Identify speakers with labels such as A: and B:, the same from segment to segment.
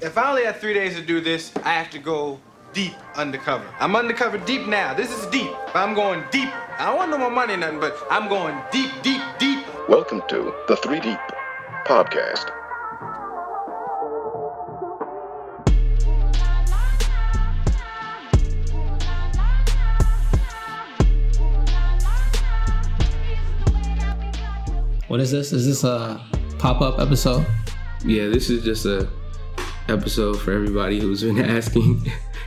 A: If I only had three days to do this, I have to go deep undercover. I'm undercover deep now. This is deep. I'm going deep. I don't want no more money, or nothing, but I'm going deep, deep, deep.
B: Welcome to the 3 Deep Podcast.
C: What is this? Is this a pop up episode?
D: Yeah, this is just a episode for everybody who's been asking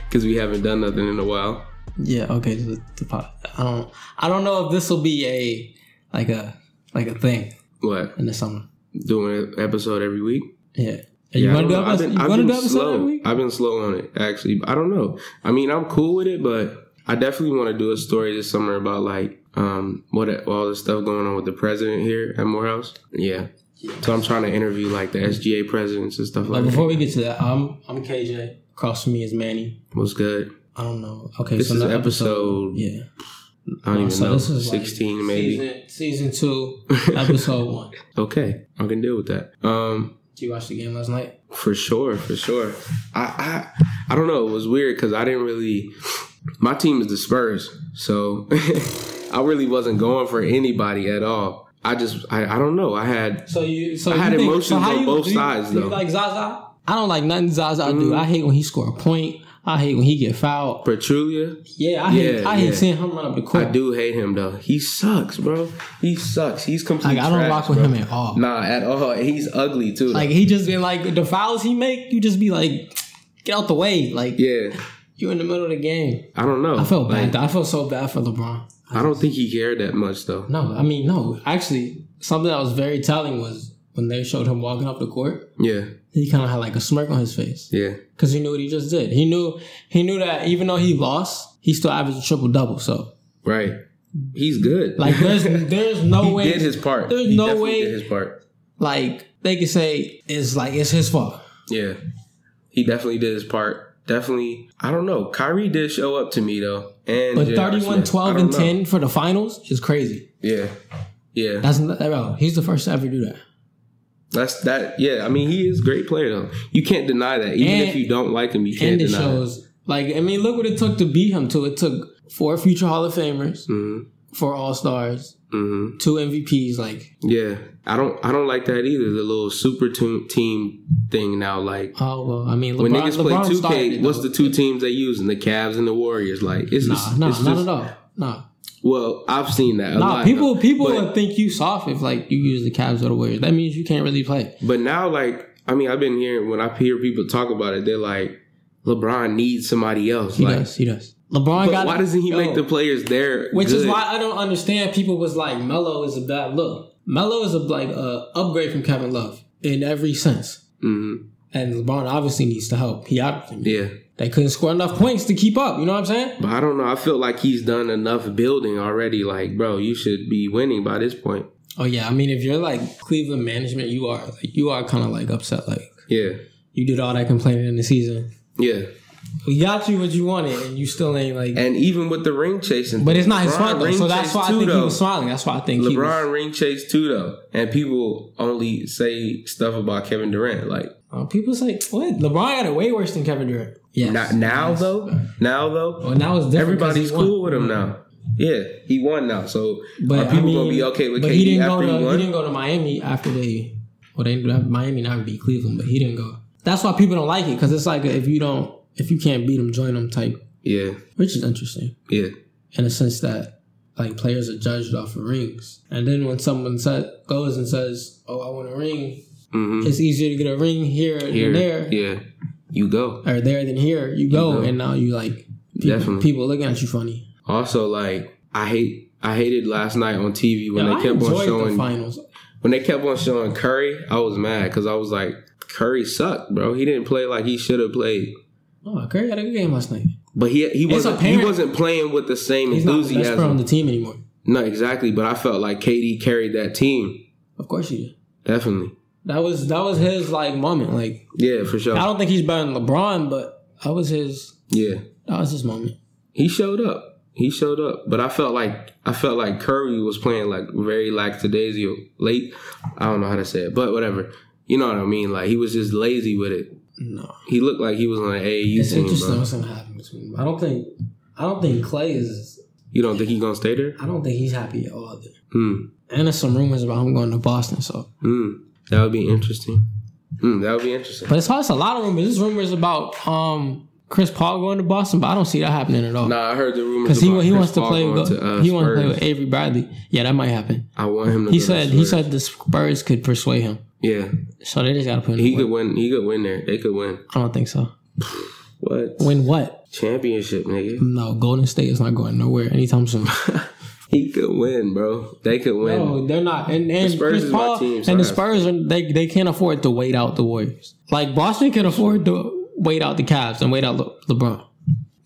D: because we haven't done nothing in a while.
C: Yeah. Okay. The, the pop. I don't. I don't know if this will be a like a like a thing
D: What?
C: in the summer.
D: Doing an episode every week?
C: Yeah. You
D: Yeah, I
C: want to
D: don't
C: do
D: know. I've
C: episode?
D: been,
C: You
D: I've
C: want to
D: been
C: do episode
D: slow.
C: every week?
D: I've been slow on it, actually. I don't know. I mean, I'm cool with it, but I definitely want to do a story this summer about like um what all the stuff going on with the president here at Morehouse. Yeah. So I'm trying to interview like the SGA presidents and stuff
C: But
D: like
C: before
D: that.
C: we get to that, I'm I'm KJ. Across from me is Manny.
D: What's good?
C: I don't know. Okay.
D: This
C: so
D: is
C: the
D: episode.
C: Yeah.
D: I don't even
C: Oh, so
D: know.
C: this is like
D: 16 maybe.
C: Season, season two, episode one.
D: Okay, I can deal with that. Um,
C: Did you watch the game last night?
D: for sure, for sure. I I, I don't know. It was weird because I didn't really. My team is the Spurs, so I really wasn't going for anybody at all. I just I, I don't know. I had
C: So you. So
D: I
C: you
D: had
C: think,
D: emotions
C: so how
D: on
C: you-
D: both
C: do you-
D: sides,
C: do you
D: though. Mm.
C: like Zaza? I don't like nothing Zaza do. I hate when he score a point. I hate when he get fouled.
D: Petrulia.
C: Yeah, I hate,
D: Yeah,
C: I hate
D: yeah.
C: seeing him run up the
D: I
C: court.
D: do hate him though. He sucks, bro. He sucks. He's
C: Like
D: completely.
C: I don't
D: trash,
C: rock with
D: bro.
C: him at all.
D: Nah, at all. He's ugly too.
C: Like he just been like the fouls he make, you just be like, get out the way. Like
D: yeah,
C: you're in the middle of the game.
D: I don't know.
C: I felt
D: Like,
C: bad. though. I felt so bad for LeBron.
D: I don't think he cared that much though.
C: No, I mean no. Actually, something that was very telling was when they showed him walking up the court.
D: Yeah,
C: He kind of had like a smirk on his face
D: yeah.
C: because he knew what he just did. He knew he knew that even though he lost, he still averaged a triple double. So
D: Right. He's good.
C: like, there's there's no
D: he
C: way
D: did his part.
C: there's
D: He
C: no
D: definitely
C: way-
D: did his part.
C: like they could say it's like it's his fault.
D: Yeah. He definitely did his part. Definitely. I don't know. Kyrie did show up to me though. And
C: But
D: J.R.
C: 31,
D: Smith. I
C: 12,
D: don't
C: and
D: know.
C: 10 for the finals is crazy.
D: Yeah. Yeah.
C: That's not, bro, he's the first to ever do that.
D: That's that yeah, I mean he is a great player though. You can't deny that. Even
C: And-
D: if you don't like him, you can't
C: and it
D: deny
C: shows, like, I mean, look what it took to beat him, too. It took four future Hall of Famers,
D: it. Mm-hmm.
C: four All Stars,
D: Mm-hmm.
C: two MVPs. Like,
D: Yeah. I don't I don't like that either. The little super tu- team thing now, like
C: oh, well, I mean, LeBron,
D: when niggas
C: LeBron
D: play 2K,
C: started it,
D: what's
C: though.
D: the two teams they using? The Cavs and the Warriors. Like it's
C: Nah,
D: just,
C: nah,
D: it's
C: not
D: just-
C: at all. Nah,
D: Well, I've seen that. A
C: nah.
D: lot,
C: People,
D: though.
C: people
D: But,
C: would think you soft if like you use the Cavs or the Warriors. That means you can't really play.
D: but now, like, I mean, I've been hearing when I hear people talk about it, they're like, LeBron needs somebody else.
C: He
D: like,
C: does. He does. LeBron
D: but
C: got.
D: why doesn't he
C: Yo.
D: make the players there?
C: Which is
D: good?
C: why I don't understand people was like Melo is a bad look. Melo is a like a upgrade from Kevin Love in every sense.
D: Mhm.
C: And LeBron obviously needs to help. He obviously
D: Yeah,
C: they couldn't score enough points to keep up. You know what I'm saying?
D: but I don't know. I feel like he's done enough building already. Like, bro, you should be winning by this point.
C: Oh yeah, I mean if you're like Cleveland management, you are like you are kind of like upset. Like
D: Yeah,
C: you did all that complaining in the season.
D: yeah.
C: We got you what you wanted, and you still ain't like.
D: And even with the ring chasing,
C: But it's not his
D: LeBron
C: fault though.
D: ring
C: So that's
D: chased
C: why I
D: too,
C: think he
D: though.
C: was smiling. That's why I think he was.
D: LeBron ring chased too though, and people only say stuff about Kevin Durant. Like,
C: Uh, people say what LeBron got it way worse than Kevin Durant. Yeah.
D: Not now though. Now though,
C: Well, now it's different 'cause he
D: everybody's
C: won. Mm-hmm.
D: cool with him now. Yeah, he won now. So
C: But
D: are people
C: I mean,
D: gonna be okay with
C: but he
D: KD
C: didn't
D: after
C: go to
D: he
C: he,
D: won?
C: didn't go to Miami after they well they didn't have Miami now would be Cleveland, but he didn't go. That's why people don't like it because it's like a, if you don't if you can't beat them, join them type,
D: yeah,
C: which is interesting
D: yeah,
C: in a sense that like players are judged off of rings, and then when someone said, goes and says, "Oh, I want a ring,"
D: mm-hmm.
C: it's easier to get a ring here,
D: here,
C: than there
D: yeah, you go.
C: or there than here. You go,
D: go.
C: and now you like people,
D: Definitely.
C: people looking at you funny.
D: Also, like I hate, I hated last night on TV when
C: Yeah,
D: they
C: I
D: kept on
C: enjoyed the
D: showing
C: finals.
D: when they kept on showing Curry. I was mad because I was like, Curry sucked, bro. He didn't play like he should have played.
C: Oh, Curry had a good game last night.
D: But he he wasn't he
C: apparent-
D: wasn't playing with the same
C: He's not the best player on
D: enthusiasm.
C: the team anymore.
D: no, exactly. But I felt like KD carried that team.
C: Of course he did.
D: Definitely.
C: That was that was his like moment. Like
D: Yeah, for sure.
C: I don't think he's better than LeBron, but that was his
D: Yeah,
C: that was his moment.
D: he showed up. He showed up, but I felt like I felt like Curry was playing like very lackadaisical, late. I don't know how to say it, but whatever. You know what I mean? Like he was just lazy with it.
C: No,
D: He looked like he was on an AAU
C: it's
D: team,
C: interesting
D: bro.
C: what's gonna happen between. them. I don't think. I don't think Clay is.
D: You don't think he gonna stay there?
C: I don't think he's happy at all. There.
D: Hmm.
C: And there's some rumors about him going to Boston. So,
D: Hmm. That would be interesting. Hmm. That would be interesting.
C: but it's hard. It's a lot of rumors. There's rumors about um Chris Paul going to Boston, but I don't see that happening at all.
D: Nah, I heard the
C: Because
D: rumors. Because
C: he, he wants to play
D: Going
C: with
D: to, uh,
C: he wants to play
D: Spurs.
C: with Avery Bradley. Yeah, that might happen.
D: I want him to.
C: He
D: go to
C: said he
D: Spurs.
C: said the Spurs could persuade him,
D: Yeah,
C: so they just got to put him.
D: he
C: He
D: could win. He could win there. They could win.
C: I don't think so.
D: What
C: Win what?
D: championship, nigga?
C: No, Golden State is not going nowhere anytime soon.
D: He could win, bro. They could win.
C: No, they're not. And, and
D: Spurs
C: Chris
D: is my
C: Paul
D: team, so
C: and the
D: that's-
C: Spurs are, they they can't afford to wait out the Warriors. Like Boston can afford to wait out the Cavs and wait out Le- LeBron.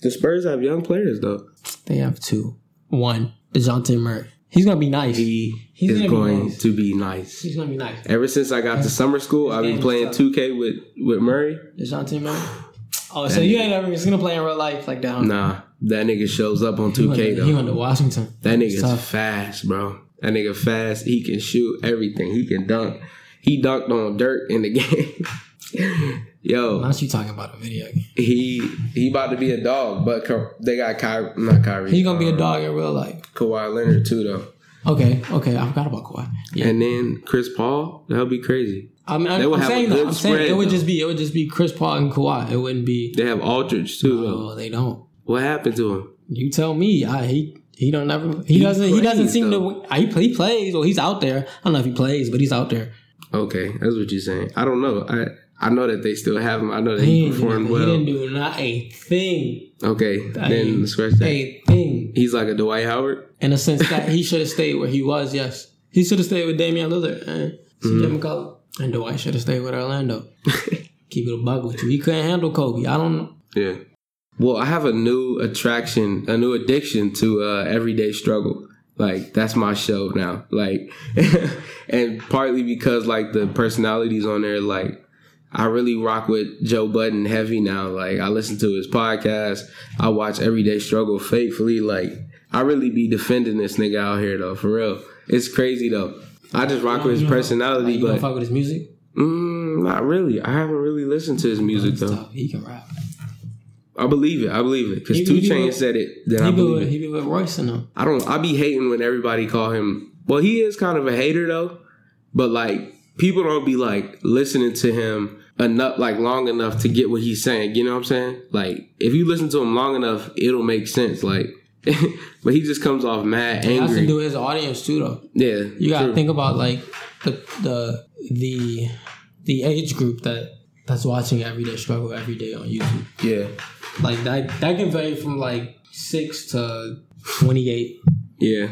D: The Spurs have young players though.
C: They have two. One, Dejounte Murray. He's gonna be nice.
D: He
C: He's
D: is
C: gonna be
D: going
C: nice.
D: to be nice.
C: He's gonna be nice.
D: Ever since I got to summer school, I've
C: game
D: been
C: is
D: playing
C: tough.
D: 2K with with Murray.
C: Dejounte Murray. Oh, so you ain't ever seen him play in real life like that? huh?
D: Nah, that nigga shows up on
C: He went,
D: 2K
C: to, he
D: though.
C: went to Washington.
D: That nigga's
C: It's tough.
D: fast, bro. That nigga fast. He can shoot everything. He can dunk. He dunked on dirt in the game. Yo,
C: Not you talking about a video game.
D: he he about to be a dog, but Ky- they got Kyrie, not Kyrie.
C: He's gonna be a
D: um,
C: dog in real life.
D: Kawhi Leonard too, though.
C: Okay, okay, I forgot about Kawhi. Yeah,
D: And then Chris Paul, that'll be crazy.
C: I mean,
D: They
C: I'm, I'm
D: would have a
C: saying that.
D: good
C: I'm saying it
D: spread,
C: would
D: though.
C: just be it would just be Chris Paul and Kawhi. It wouldn't be.
D: They have Aldridge too. though.
C: Oh, they don't.
D: What happened to him?
C: You tell me. I he he don't ever he,
D: He
C: doesn't he doesn't
D: plays,
C: seem
D: though.
C: to I, he, play- he plays or he's out there. I don't know if he plays, but he's out there.
D: Okay, that's what you're saying. I don't know. I I know that they still have him. I know that
C: He,
D: he,
C: ain't do
D: performed
C: nothing. He
D: well.
C: didn't do not a thing,
D: okay,
C: Dang.
D: then scratch that.
C: a thing
D: He's like a Dwight Howard.
C: in the sense that he should have stayed where he was. Yes, he should have stayed with Damian Lillard eh? and
D: Mm-hmm.
C: CJ McCollum, and Dwight should have stayed with Orlando. Keep it a bug with you. He couldn't handle Kobe. I don't know.
D: Yeah. Well, I have a new attraction, a new addiction to uh, everyday struggle. Like that's my show now. Like, and partly because like the personalities on there, like I really rock with Joe Budden heavy now. Like I listen to his podcast. I watch Everyday Struggle faithfully. Like I really be defending this nigga out here though, for real. It's crazy though. I just rock with his
C: Like,
D: personality,
C: you don't
D: but
C: fuck with his music.
D: mm, not really. I haven't really listened to his music
C: It's
D: though.
C: tough. He can rap.
D: I believe it. I believe it. Because
C: He-
D: Two
C: he
D: Chainz
C: will-
D: said it. Then I
C: He be
D: believe
C: with
D: it.
C: he be with Royce and them.
D: I don't. I be hating when everybody call him. Well, he is kind of a hater though. But like people don't be like listening to him enough, like long enough to get what he's saying. You know what I'm saying? Like if you listen to him long enough, it'll make sense. Like, but he just comes off mad
C: He has to
D: angry.
C: do with his audience too, though.
D: yeah,
C: You gotta
D: true.
C: think about like the the the the age group that that's watching everyday struggle every day on YouTube.
D: Yeah,
C: Like that that can vary from like six to twenty eight.
D: yeah.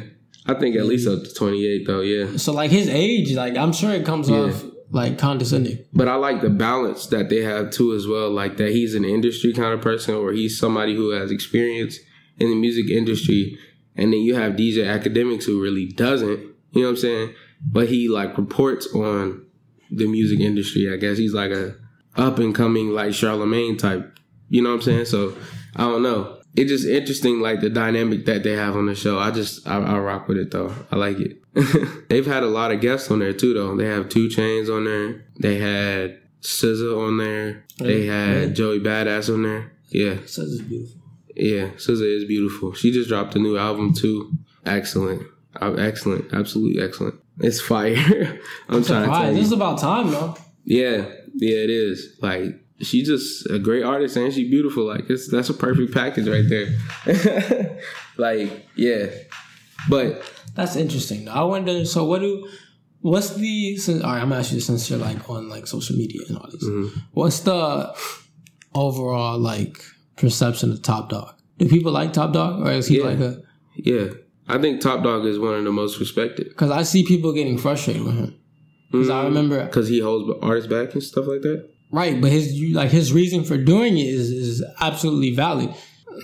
D: I think at least up to 28 though. Yeah.
C: So like his age, like I'm sure it comes off like condescending.
D: But I like the balance that they have too as well. Like that he's an industry kind of person or he's somebody who has experience in the music industry. And then you have DJ Academics who really doesn't, you know what I'm saying? But he like reports on the music industry. I guess he's like a up and coming like Charlemagne type. You know what I'm saying? So I don't know. It's just interesting like the dynamic that they have on the show. I just I, I rock with it though. I like it. They've had a lot of guests on there too though. They have two chains on there. They had SZA on there. They had Joey Badass on there. Yeah,
C: So this is beautiful.
D: yeah. SZA is beautiful. She just dropped a new album too. Excellent. Uh, Excellent. Absolutely excellent. It's fire. I'm, trying to tell
C: Surprise.
D: you.
C: This is about time though.
D: Yeah, yeah, it is. Like she's just a great artist and she's beautiful. Like it's that's a perfect package right there. like yeah, but
C: That's interesting. though. I wonder. So what do? What's the? Since, all right, I'm gonna ask you this since you're like on like social media and all this.
D: Mm-hmm.
C: What's the overall like perception of Top Dog? Do people like Top Dog, or is he
D: Yeah.
C: like a?
D: yeah, I think Top Dog is one of the most respected
C: Because I see people getting frustrated with him. Because
D: Mm.
C: I remember
D: because he holds artists back and stuff like that.
C: right, but his you, like his reason for doing it is is absolutely valid.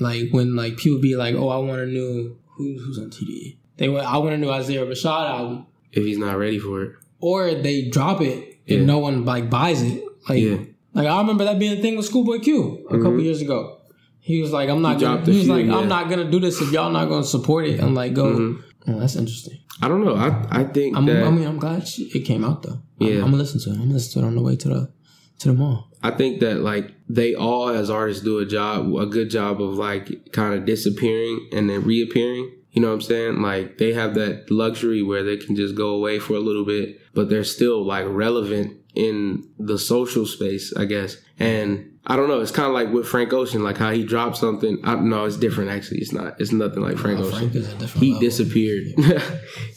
C: Like when like people be like, oh, I want a new who, who's on TDE. They want I want a new Isaiah Rashad album.
D: If he's not ready for it,
C: or they drop it
D: Yeah.
C: and no one like buys it. Like,
D: Yeah. Mm-hmm.
C: like I remember that being a thing with Schoolboy Q a couple years ago. He was like, "I'm not." Gonna,
D: dropped a
C: he was
D: few,
C: like, "I'm
D: yeah.
C: not gonna do this if y'all not gonna support it." I'm like, "Go."
D: Mm-hmm.
C: Oh, that's interesting.
D: I don't know. I I think
C: I'm,
D: that
C: I mean, I'm glad she, it came out though. I'm-
D: Yeah.
C: I'm, gonna listen to it. I'm gonna listen to it on the way to the to the mall.
D: I think that like they all as artists do a job, a good job of like kind of disappearing and then reappearing. You know what I'm saying? Like they have that luxury where they can just go away for a little bit, but they're still like relevant in the social space, I guess. And I don't know. It's kind of like with Frank Ocean, like how he dropped something. I, no, it's different. Actually, it's not. It's nothing like Frank
C: Oh,
D: Ocean.
C: Frank is a different
D: he
C: level.
D: disappeared.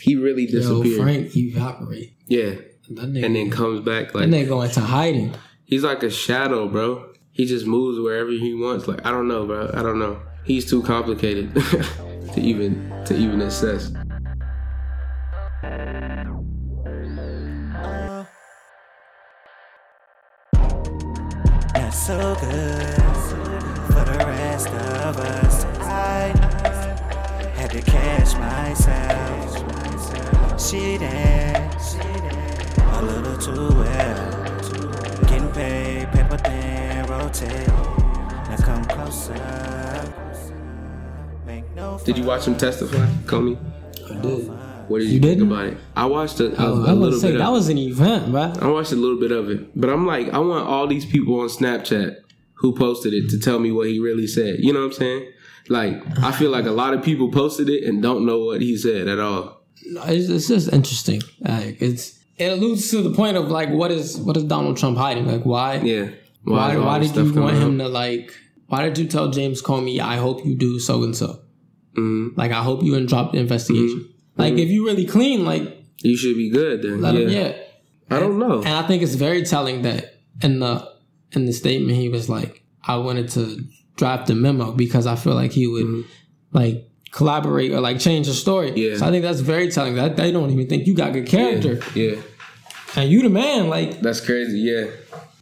D: he really
C: Yo,
D: disappeared.
C: Frank evaporate.
D: Yeah,
C: That nigga,
D: and then comes back like
C: that nigga go into hiding.
D: He's like a shadow, bro. He just moves wherever he wants. Like I don't know, bro. I don't know. He's too complicated to even to even assess.
E: not so good for the rest of us. I had to catch myself. She danced a little too well. Getting paid, paper thin, rotate. Now come closer. Make no
D: Did you watch him testify, Comey?
C: I did.
D: What did you,
C: You
D: think
C: didn't?
D: about it? I watched a, a,
C: Oh,
D: a
C: I was
D: little
C: say
D: bit.
C: that
D: of,
C: was an event, bro.
D: I watched a little bit of it, but I'm like, I want all these people on Snapchat who posted it to tell me what he really said. You know what I'm saying? Like, I feel like a lot of people posted it and don't know what he said at all.
C: It's, it's just interesting. Like it's it alludes to the point of like what is what is Donald Trump hiding? Like why
D: Yeah.
C: why
D: is all
C: why
D: this
C: did you
D: stuff coming
C: want
D: out?
C: him to like why did you tell James Comey I hope you do so and so?
D: Mm-hmm.
C: Like I hope you and drop the investigation. Like if you really clean, like
D: You should be good then.
C: let
D: Mm-hmm. yeah.
C: him yeah.
D: I don't know.
C: And I think it's very telling that in the in the statement he was like, I wanted to draft a memo because I feel like he would like collaborate or like change the story.
D: Mm-hmm. Yeah.
C: So I think that's very telling. That they don't even think you got good character.
D: Yeah. yeah.
C: And you the man, like
D: That's crazy. Yeah,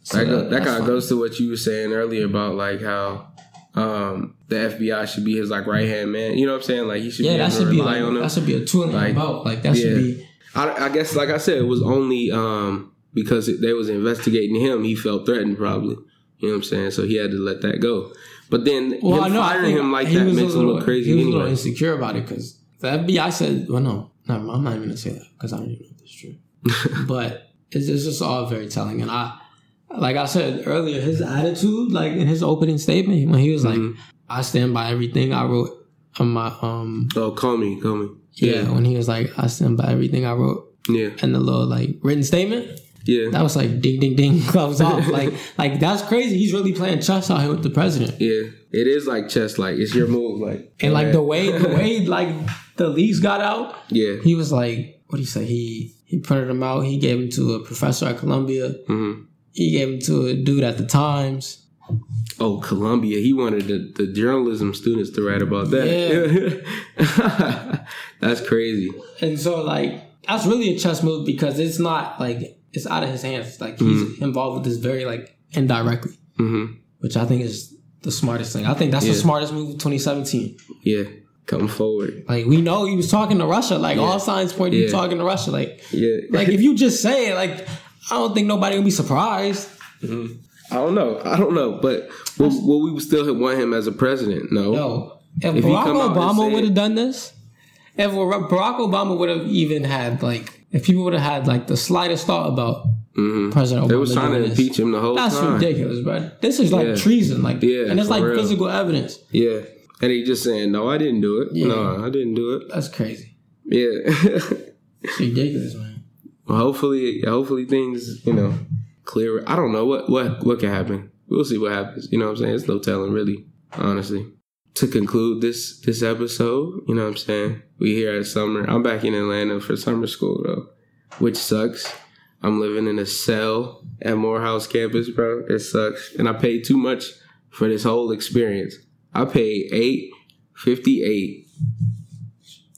C: So
D: that, go-
C: that-
D: that
C: that's
D: kind of
C: fine.
D: goes to what you were saying earlier about like how um, the FBI should be his like right hand man. You know what I'm saying? Like he should
C: yeah,
D: be able
C: that
D: to
C: should be
D: rely
C: like,
D: on him.
C: that should be a tool in your
D: Like,
C: belt. Like that should
D: yeah.
C: be
D: I, I guess like I said, it was only um, because they was investigating him. He felt threatened, probably. You know what I'm saying? So he had to let that go. But then
C: well, I
D: him
C: know I
D: firing
C: think
D: him like
C: he
D: that
C: was a
D: makes him
C: little-
D: look crazy
C: He was a
D: anyway.
C: little insecure about it because the FBI said, "Well, no, no, I'm not even gonna say that because I don't even know if it's true." but it's, it's just all very telling, and I, like I said earlier, his attitude, like in his opening statement, when he was like,
D: Mm-hmm.
C: "I stand by everything I wrote on my um
D: oh, call me, call me.
C: yeah,", when he was like, "I stand by everything I wrote."
D: yeah,
C: And the little like written statement
D: yeah,
C: that was like ding ding ding gloves off like like that's crazy he's really playing chess out here with the president
D: yeah. It is like chess. Like it's your move. Like
C: And like
D: yeah.
C: the way the way like the leagues got out,
D: yeah,
C: he was like, what do you say? He he printed them out. He gave them to a professor at Columbia.
D: Mhm.
C: He gave them to a dude at the Times.
D: Oh, Columbia. He wanted the, the journalism students to write about that. That's crazy.
C: And so like that's really a chess move because it's not like it's out of his hands. Like he's
D: Mm-hmm.
C: involved with this very like indirectly,
D: hmm
C: which I think is the smartest thing. I think that's the
D: Yeah.
C: smartest move of 2017.
D: Yeah. Come forward.
C: Like we know he was talking to Russia. Like all signs point to
D: Yeah.
C: you talking to Russia. Like
D: Yeah.
C: like if you just say it, like I don't think nobody will be surprised.
D: I don't know. I don't know. But will, will we still want him as a president? No.
C: Yo, if,
D: If he
C: Barack
D: come out and say
C: Obama
D: it-
C: would have done this, if Ra- Barack Obama would have even had like, if people would have had like the slightest thought about President Obama,
D: Mm-hmm. They was trying
C: doing
D: to
C: this,
D: impeach him the whole
C: That's
D: time.
C: ridiculous, bro. This is like
D: Yeah.
C: treason, like,
D: Yeah,
C: and it's
D: for
C: like
D: real.
C: physical evidence.
D: Yeah. And he just saying, no, I didn't do it.
C: Yeah.
D: No, I didn't do it.
C: That's crazy.
D: Yeah.
C: It's ridiculous, man.
D: Well, hopefully, hopefully things you know clear. I don't know what what what can happen. We'll see what happens. You know what I'm saying? It's no telling, really. Honestly, to conclude this this episode, you know what I'm saying? We here at summer. I'm back in Atlanta for summer school though, which sucks. I'm living in a cell at Morehouse campus, bro. It sucks, and I paid too much for this whole experience. I paid eight fifty eight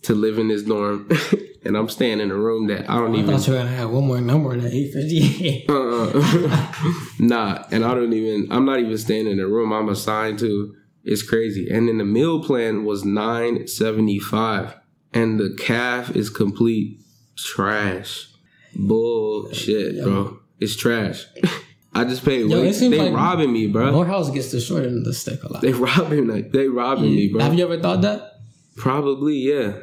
D: to live in this dorm, and I'm staying in a room that I don't
C: I
D: even
C: thought you were gonna have one more number in that eight fifty.
D: uh-uh. nah, and I don't even. I'm not even staying in the room I'm assigned to. It's crazy. And then the meal plan was nine seventy five, and the calf is complete trash, bullshit, bro. It's trash. I just paid.
C: Yo,
D: way-
C: it seems
D: they
C: like-
D: robbing me, bro.
C: Morehouse gets the short end of the stick a lot.
D: They robbing. Like, they robbing me, bro.
C: Have you ever thought that?
D: Probably, yeah.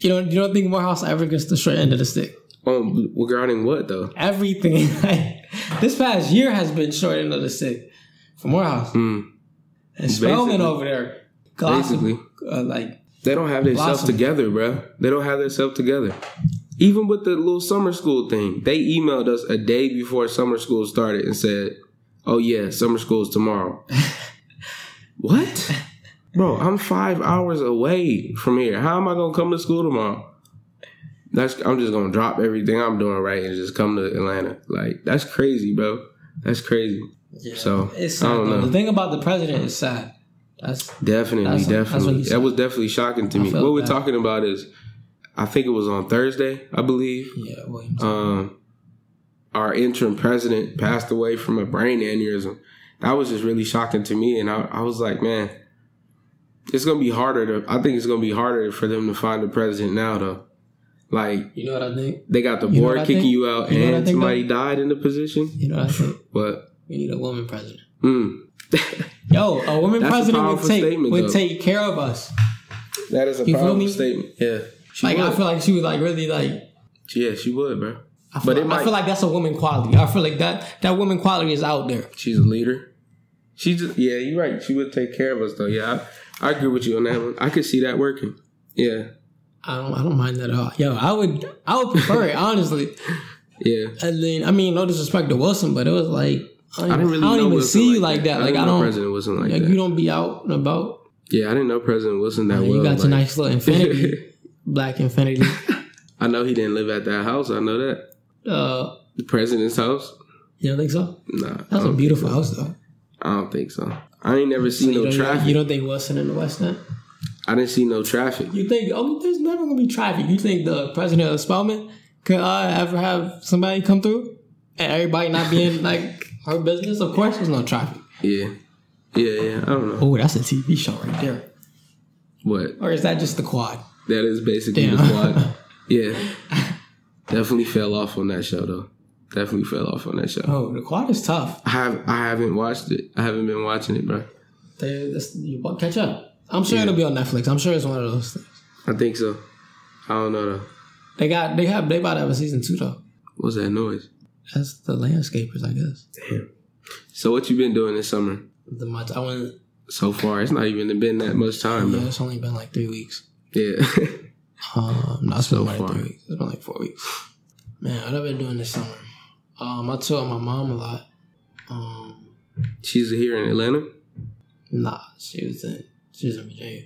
C: You don't you don't think Morehouse ever gets the short end of the stick?
D: Um, regarding what though?
C: Everything. Like, this past year has been short end of the stick for Morehouse.
D: Mm.
C: And Spellman
D: Basically.
C: over there, gossip,
D: Basically.
C: uh, like
D: They don't have themselves
C: Blossom.
D: together, bruh. They don't have themselves together. Even with the little summer school thing, they emailed us a day before summer school started and said, "Oh yeah, summer school's tomorrow." what, bro? I'm five hours away from here. How am I gonna come to school tomorrow? That's I'm just gonna drop everything I'm doing right and just come to Atlanta. Like that's crazy, bro. That's crazy. So
C: it's sad.
D: I don't
C: though.
D: know.
C: The thing about the president is sad. That's
D: Definitely,
C: That's- that's
D: definitely.
C: what he
D: that
C: said.
D: was definitely shocking to
C: I
D: me.
C: felt
D: What we're
C: that.
D: talking about is, I think it was on Thursday, I believe.
C: yeah, Williams.
D: Um, our interim president passed away from a brain aneurysm. That was just really shocking to me, and I, I was like, man, it's gonna be harder to. I think it's gonna be harder for them to find a president now, though. Like
C: You know what I think?
D: they got the
C: You know
D: board
C: what I
D: kicking
C: think?
D: you out,
C: You know what I
D: and
C: think,
D: somebody died in the position.
C: You know what I think?
D: But
C: We need a woman president.
D: mm,
C: Yo, a woman
D: That's a
C: president would
D: powerful
C: take
D: statement,
C: would
D: though.
C: take care of us.
D: that is a
C: You feel
D: powerful
C: me?
D: statement. Yeah, she
C: like
D: would.
C: I feel like she was like really like
D: yeah, she would, bro.
C: I feel,
D: But it
C: I
D: might-
C: feel like that's a woman quality. I feel like that that woman quality is out there.
D: She's a leader. She just yeah, you're right. She would take care of us though. Yeah, I, I agree with you on that one. I could see that working. Yeah,
C: I don't I don't mind that at all. Yo, I would I would prefer it honestly.
D: yeah.
C: And then I mean, no disrespect to Wilson, but it was like I don't,
D: I didn't
C: even-
D: really.
C: I don't
D: know
C: even
D: Wilson
C: see you like that. Like
D: didn't
C: I
D: know
C: don't.
D: President Wilson like,
C: like
D: that.
C: you don't be out and about.
D: yeah, I didn't know President Wilson that well.
C: you got your
D: like-
C: nice little infinity, black infinity,
D: I know he didn't live at that house. I know that
C: uh,
D: the president's house.
C: You don't think so?
D: Nah, I
C: That's a
D: don't-
C: beautiful house, though.
D: I don't think so. I ain't never
C: So
D: seen
C: you,
D: no
C: don't,
D: traffic.
C: you don't think Wilson in the West End?
D: I didn't see no traffic.
C: You think, oh, there's never going to be traffic. You think the president of Spelman could uh, ever have somebody come through and everybody not being like her business? Of course, there's no traffic.
D: Yeah, yeah, yeah. I don't know
C: Oh, that's a TV show right there.
D: what
C: Or is that just the quad?
D: that is. Basically, the
C: Damn.
D: quad. Yeah, definitely fell off on that show though. Definitely fell off on that show.
C: Oh, the quad is tough.
D: I have I haven't watched it. I haven't been watching it, bro.
C: They, that's, you won't catch up. I'm sure it'll be on Netflix. I'm sure it's one of those things.
D: I think so. I don't know though.
C: They got, they have, they about to have a season two though.
D: What's that noise?
C: That's the landscapers, I guess.
D: So what you been doing this summer
C: The much I went.
D: so far? It's not even been that much time
C: Yeah,
D: though.
C: it's only been like three weeks.
D: Yeah.
C: Um, no, it's been like
D: far.
C: three weeks. It's been like four weeks. Man, what I've been doing this summer. Um, I told my mom a lot. Um,
D: She's here in Atlanta.
C: nah, she was in she was in Virginia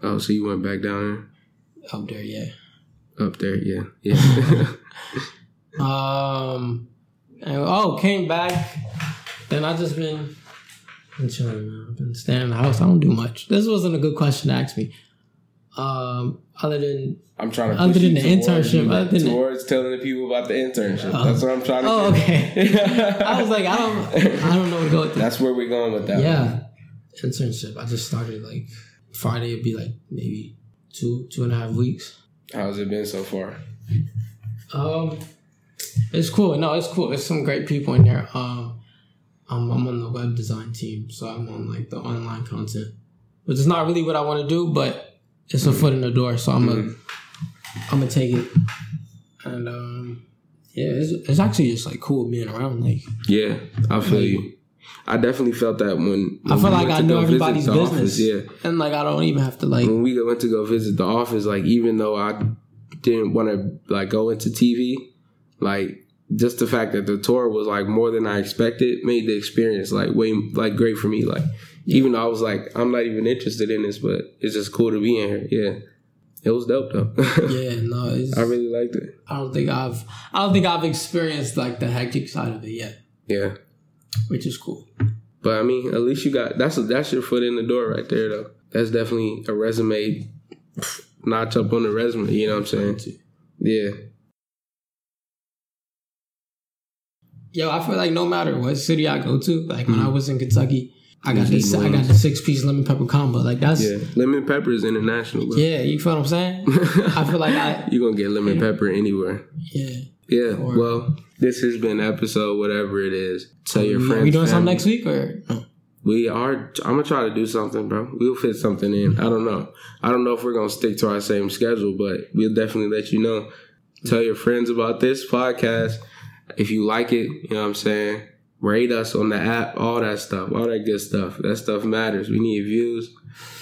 D: Oh, so you went back down
C: up there, yeah.
D: there, up there? Yeah, yeah.
C: Um, and, oh, came back. Then I just been, been chilling. Man. I've been staying in the house. I don't do much. This wasn't a good question to ask me. Um, other than
D: I'm trying
C: Other push than you the towards- internship, other than the-
D: towards telling the people about the internship. That's what I'm trying
C: oh, okay. I was like, I don't, I don't know what to go with this.
D: That's where we're going with that.
C: Yeah, internship. I just started like Friday. It'd be like maybe two, two and a half weeks.
D: How's it been so far?
C: Um, it's cool. No, it's cool. There's some great people in there. Um, I'm, I'm on the web design team, so I'm on like the online content, which is not really what I want to do, but it's a foot in the door. So I'm gonna, I'm gonna take it. And um, yeah, it's, it's actually just like cool being around. Like
D: Yeah, I feel you. I definitely felt that when,
C: I feel
D: when we
C: like
D: went
C: I
D: to
C: know
D: go visit
C: everybody's
D: the
C: business.
D: Office, yeah,
C: and like I don't even have to like.
D: when we went to go visit the office, like even though I didn't want to like go into TV, like just the fact that the tour was like more than I expected made the experience like way like great for me. Like even though I was like I'm not even interested in this, but it's just cool to be in here. Yeah, it was dope though.
C: Yeah, no, it's,
D: I really liked it.
C: I don't think I've I don't think I've experienced like the hectic side of it yet,
D: Yeah,
C: which is cool.
D: but I mean, at least you got that's that's your foot in the door right there though. That's definitely a resume notch up on the resume. You know what I'm saying? Yeah.
C: Yo, I feel like no matter what city I go to, like when
D: Mm.
C: I was in Kentucky, I got
D: Usually
C: this I got
D: wings.
C: the six piece lemon pepper combo. Like that's
D: Yeah,
C: yeah,
D: lemon pepper is international. Bro.
C: you feel what I'm saying? I feel like I
D: You're gonna get lemon pepper anywhere.
C: yeah.
D: Yeah.
C: Or-
D: well, this has been episode whatever it is. Tell your friends.
C: Are we doing something
D: family.
C: next week or no?
D: We are. I'm gonna try to do something, bro. We'll fit something in. I don't know. I don't know if we're gonna stick to our same schedule, but we'll definitely let you know. Tell your friends about this podcast. If you like it, you know what I'm saying? Rate us on the app, all that stuff, all that good stuff. That stuff matters. We need views.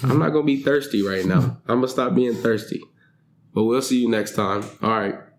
D: I'm not going to be thirsty right now. I'm going to stop being thirsty. But we'll see you next time. All right.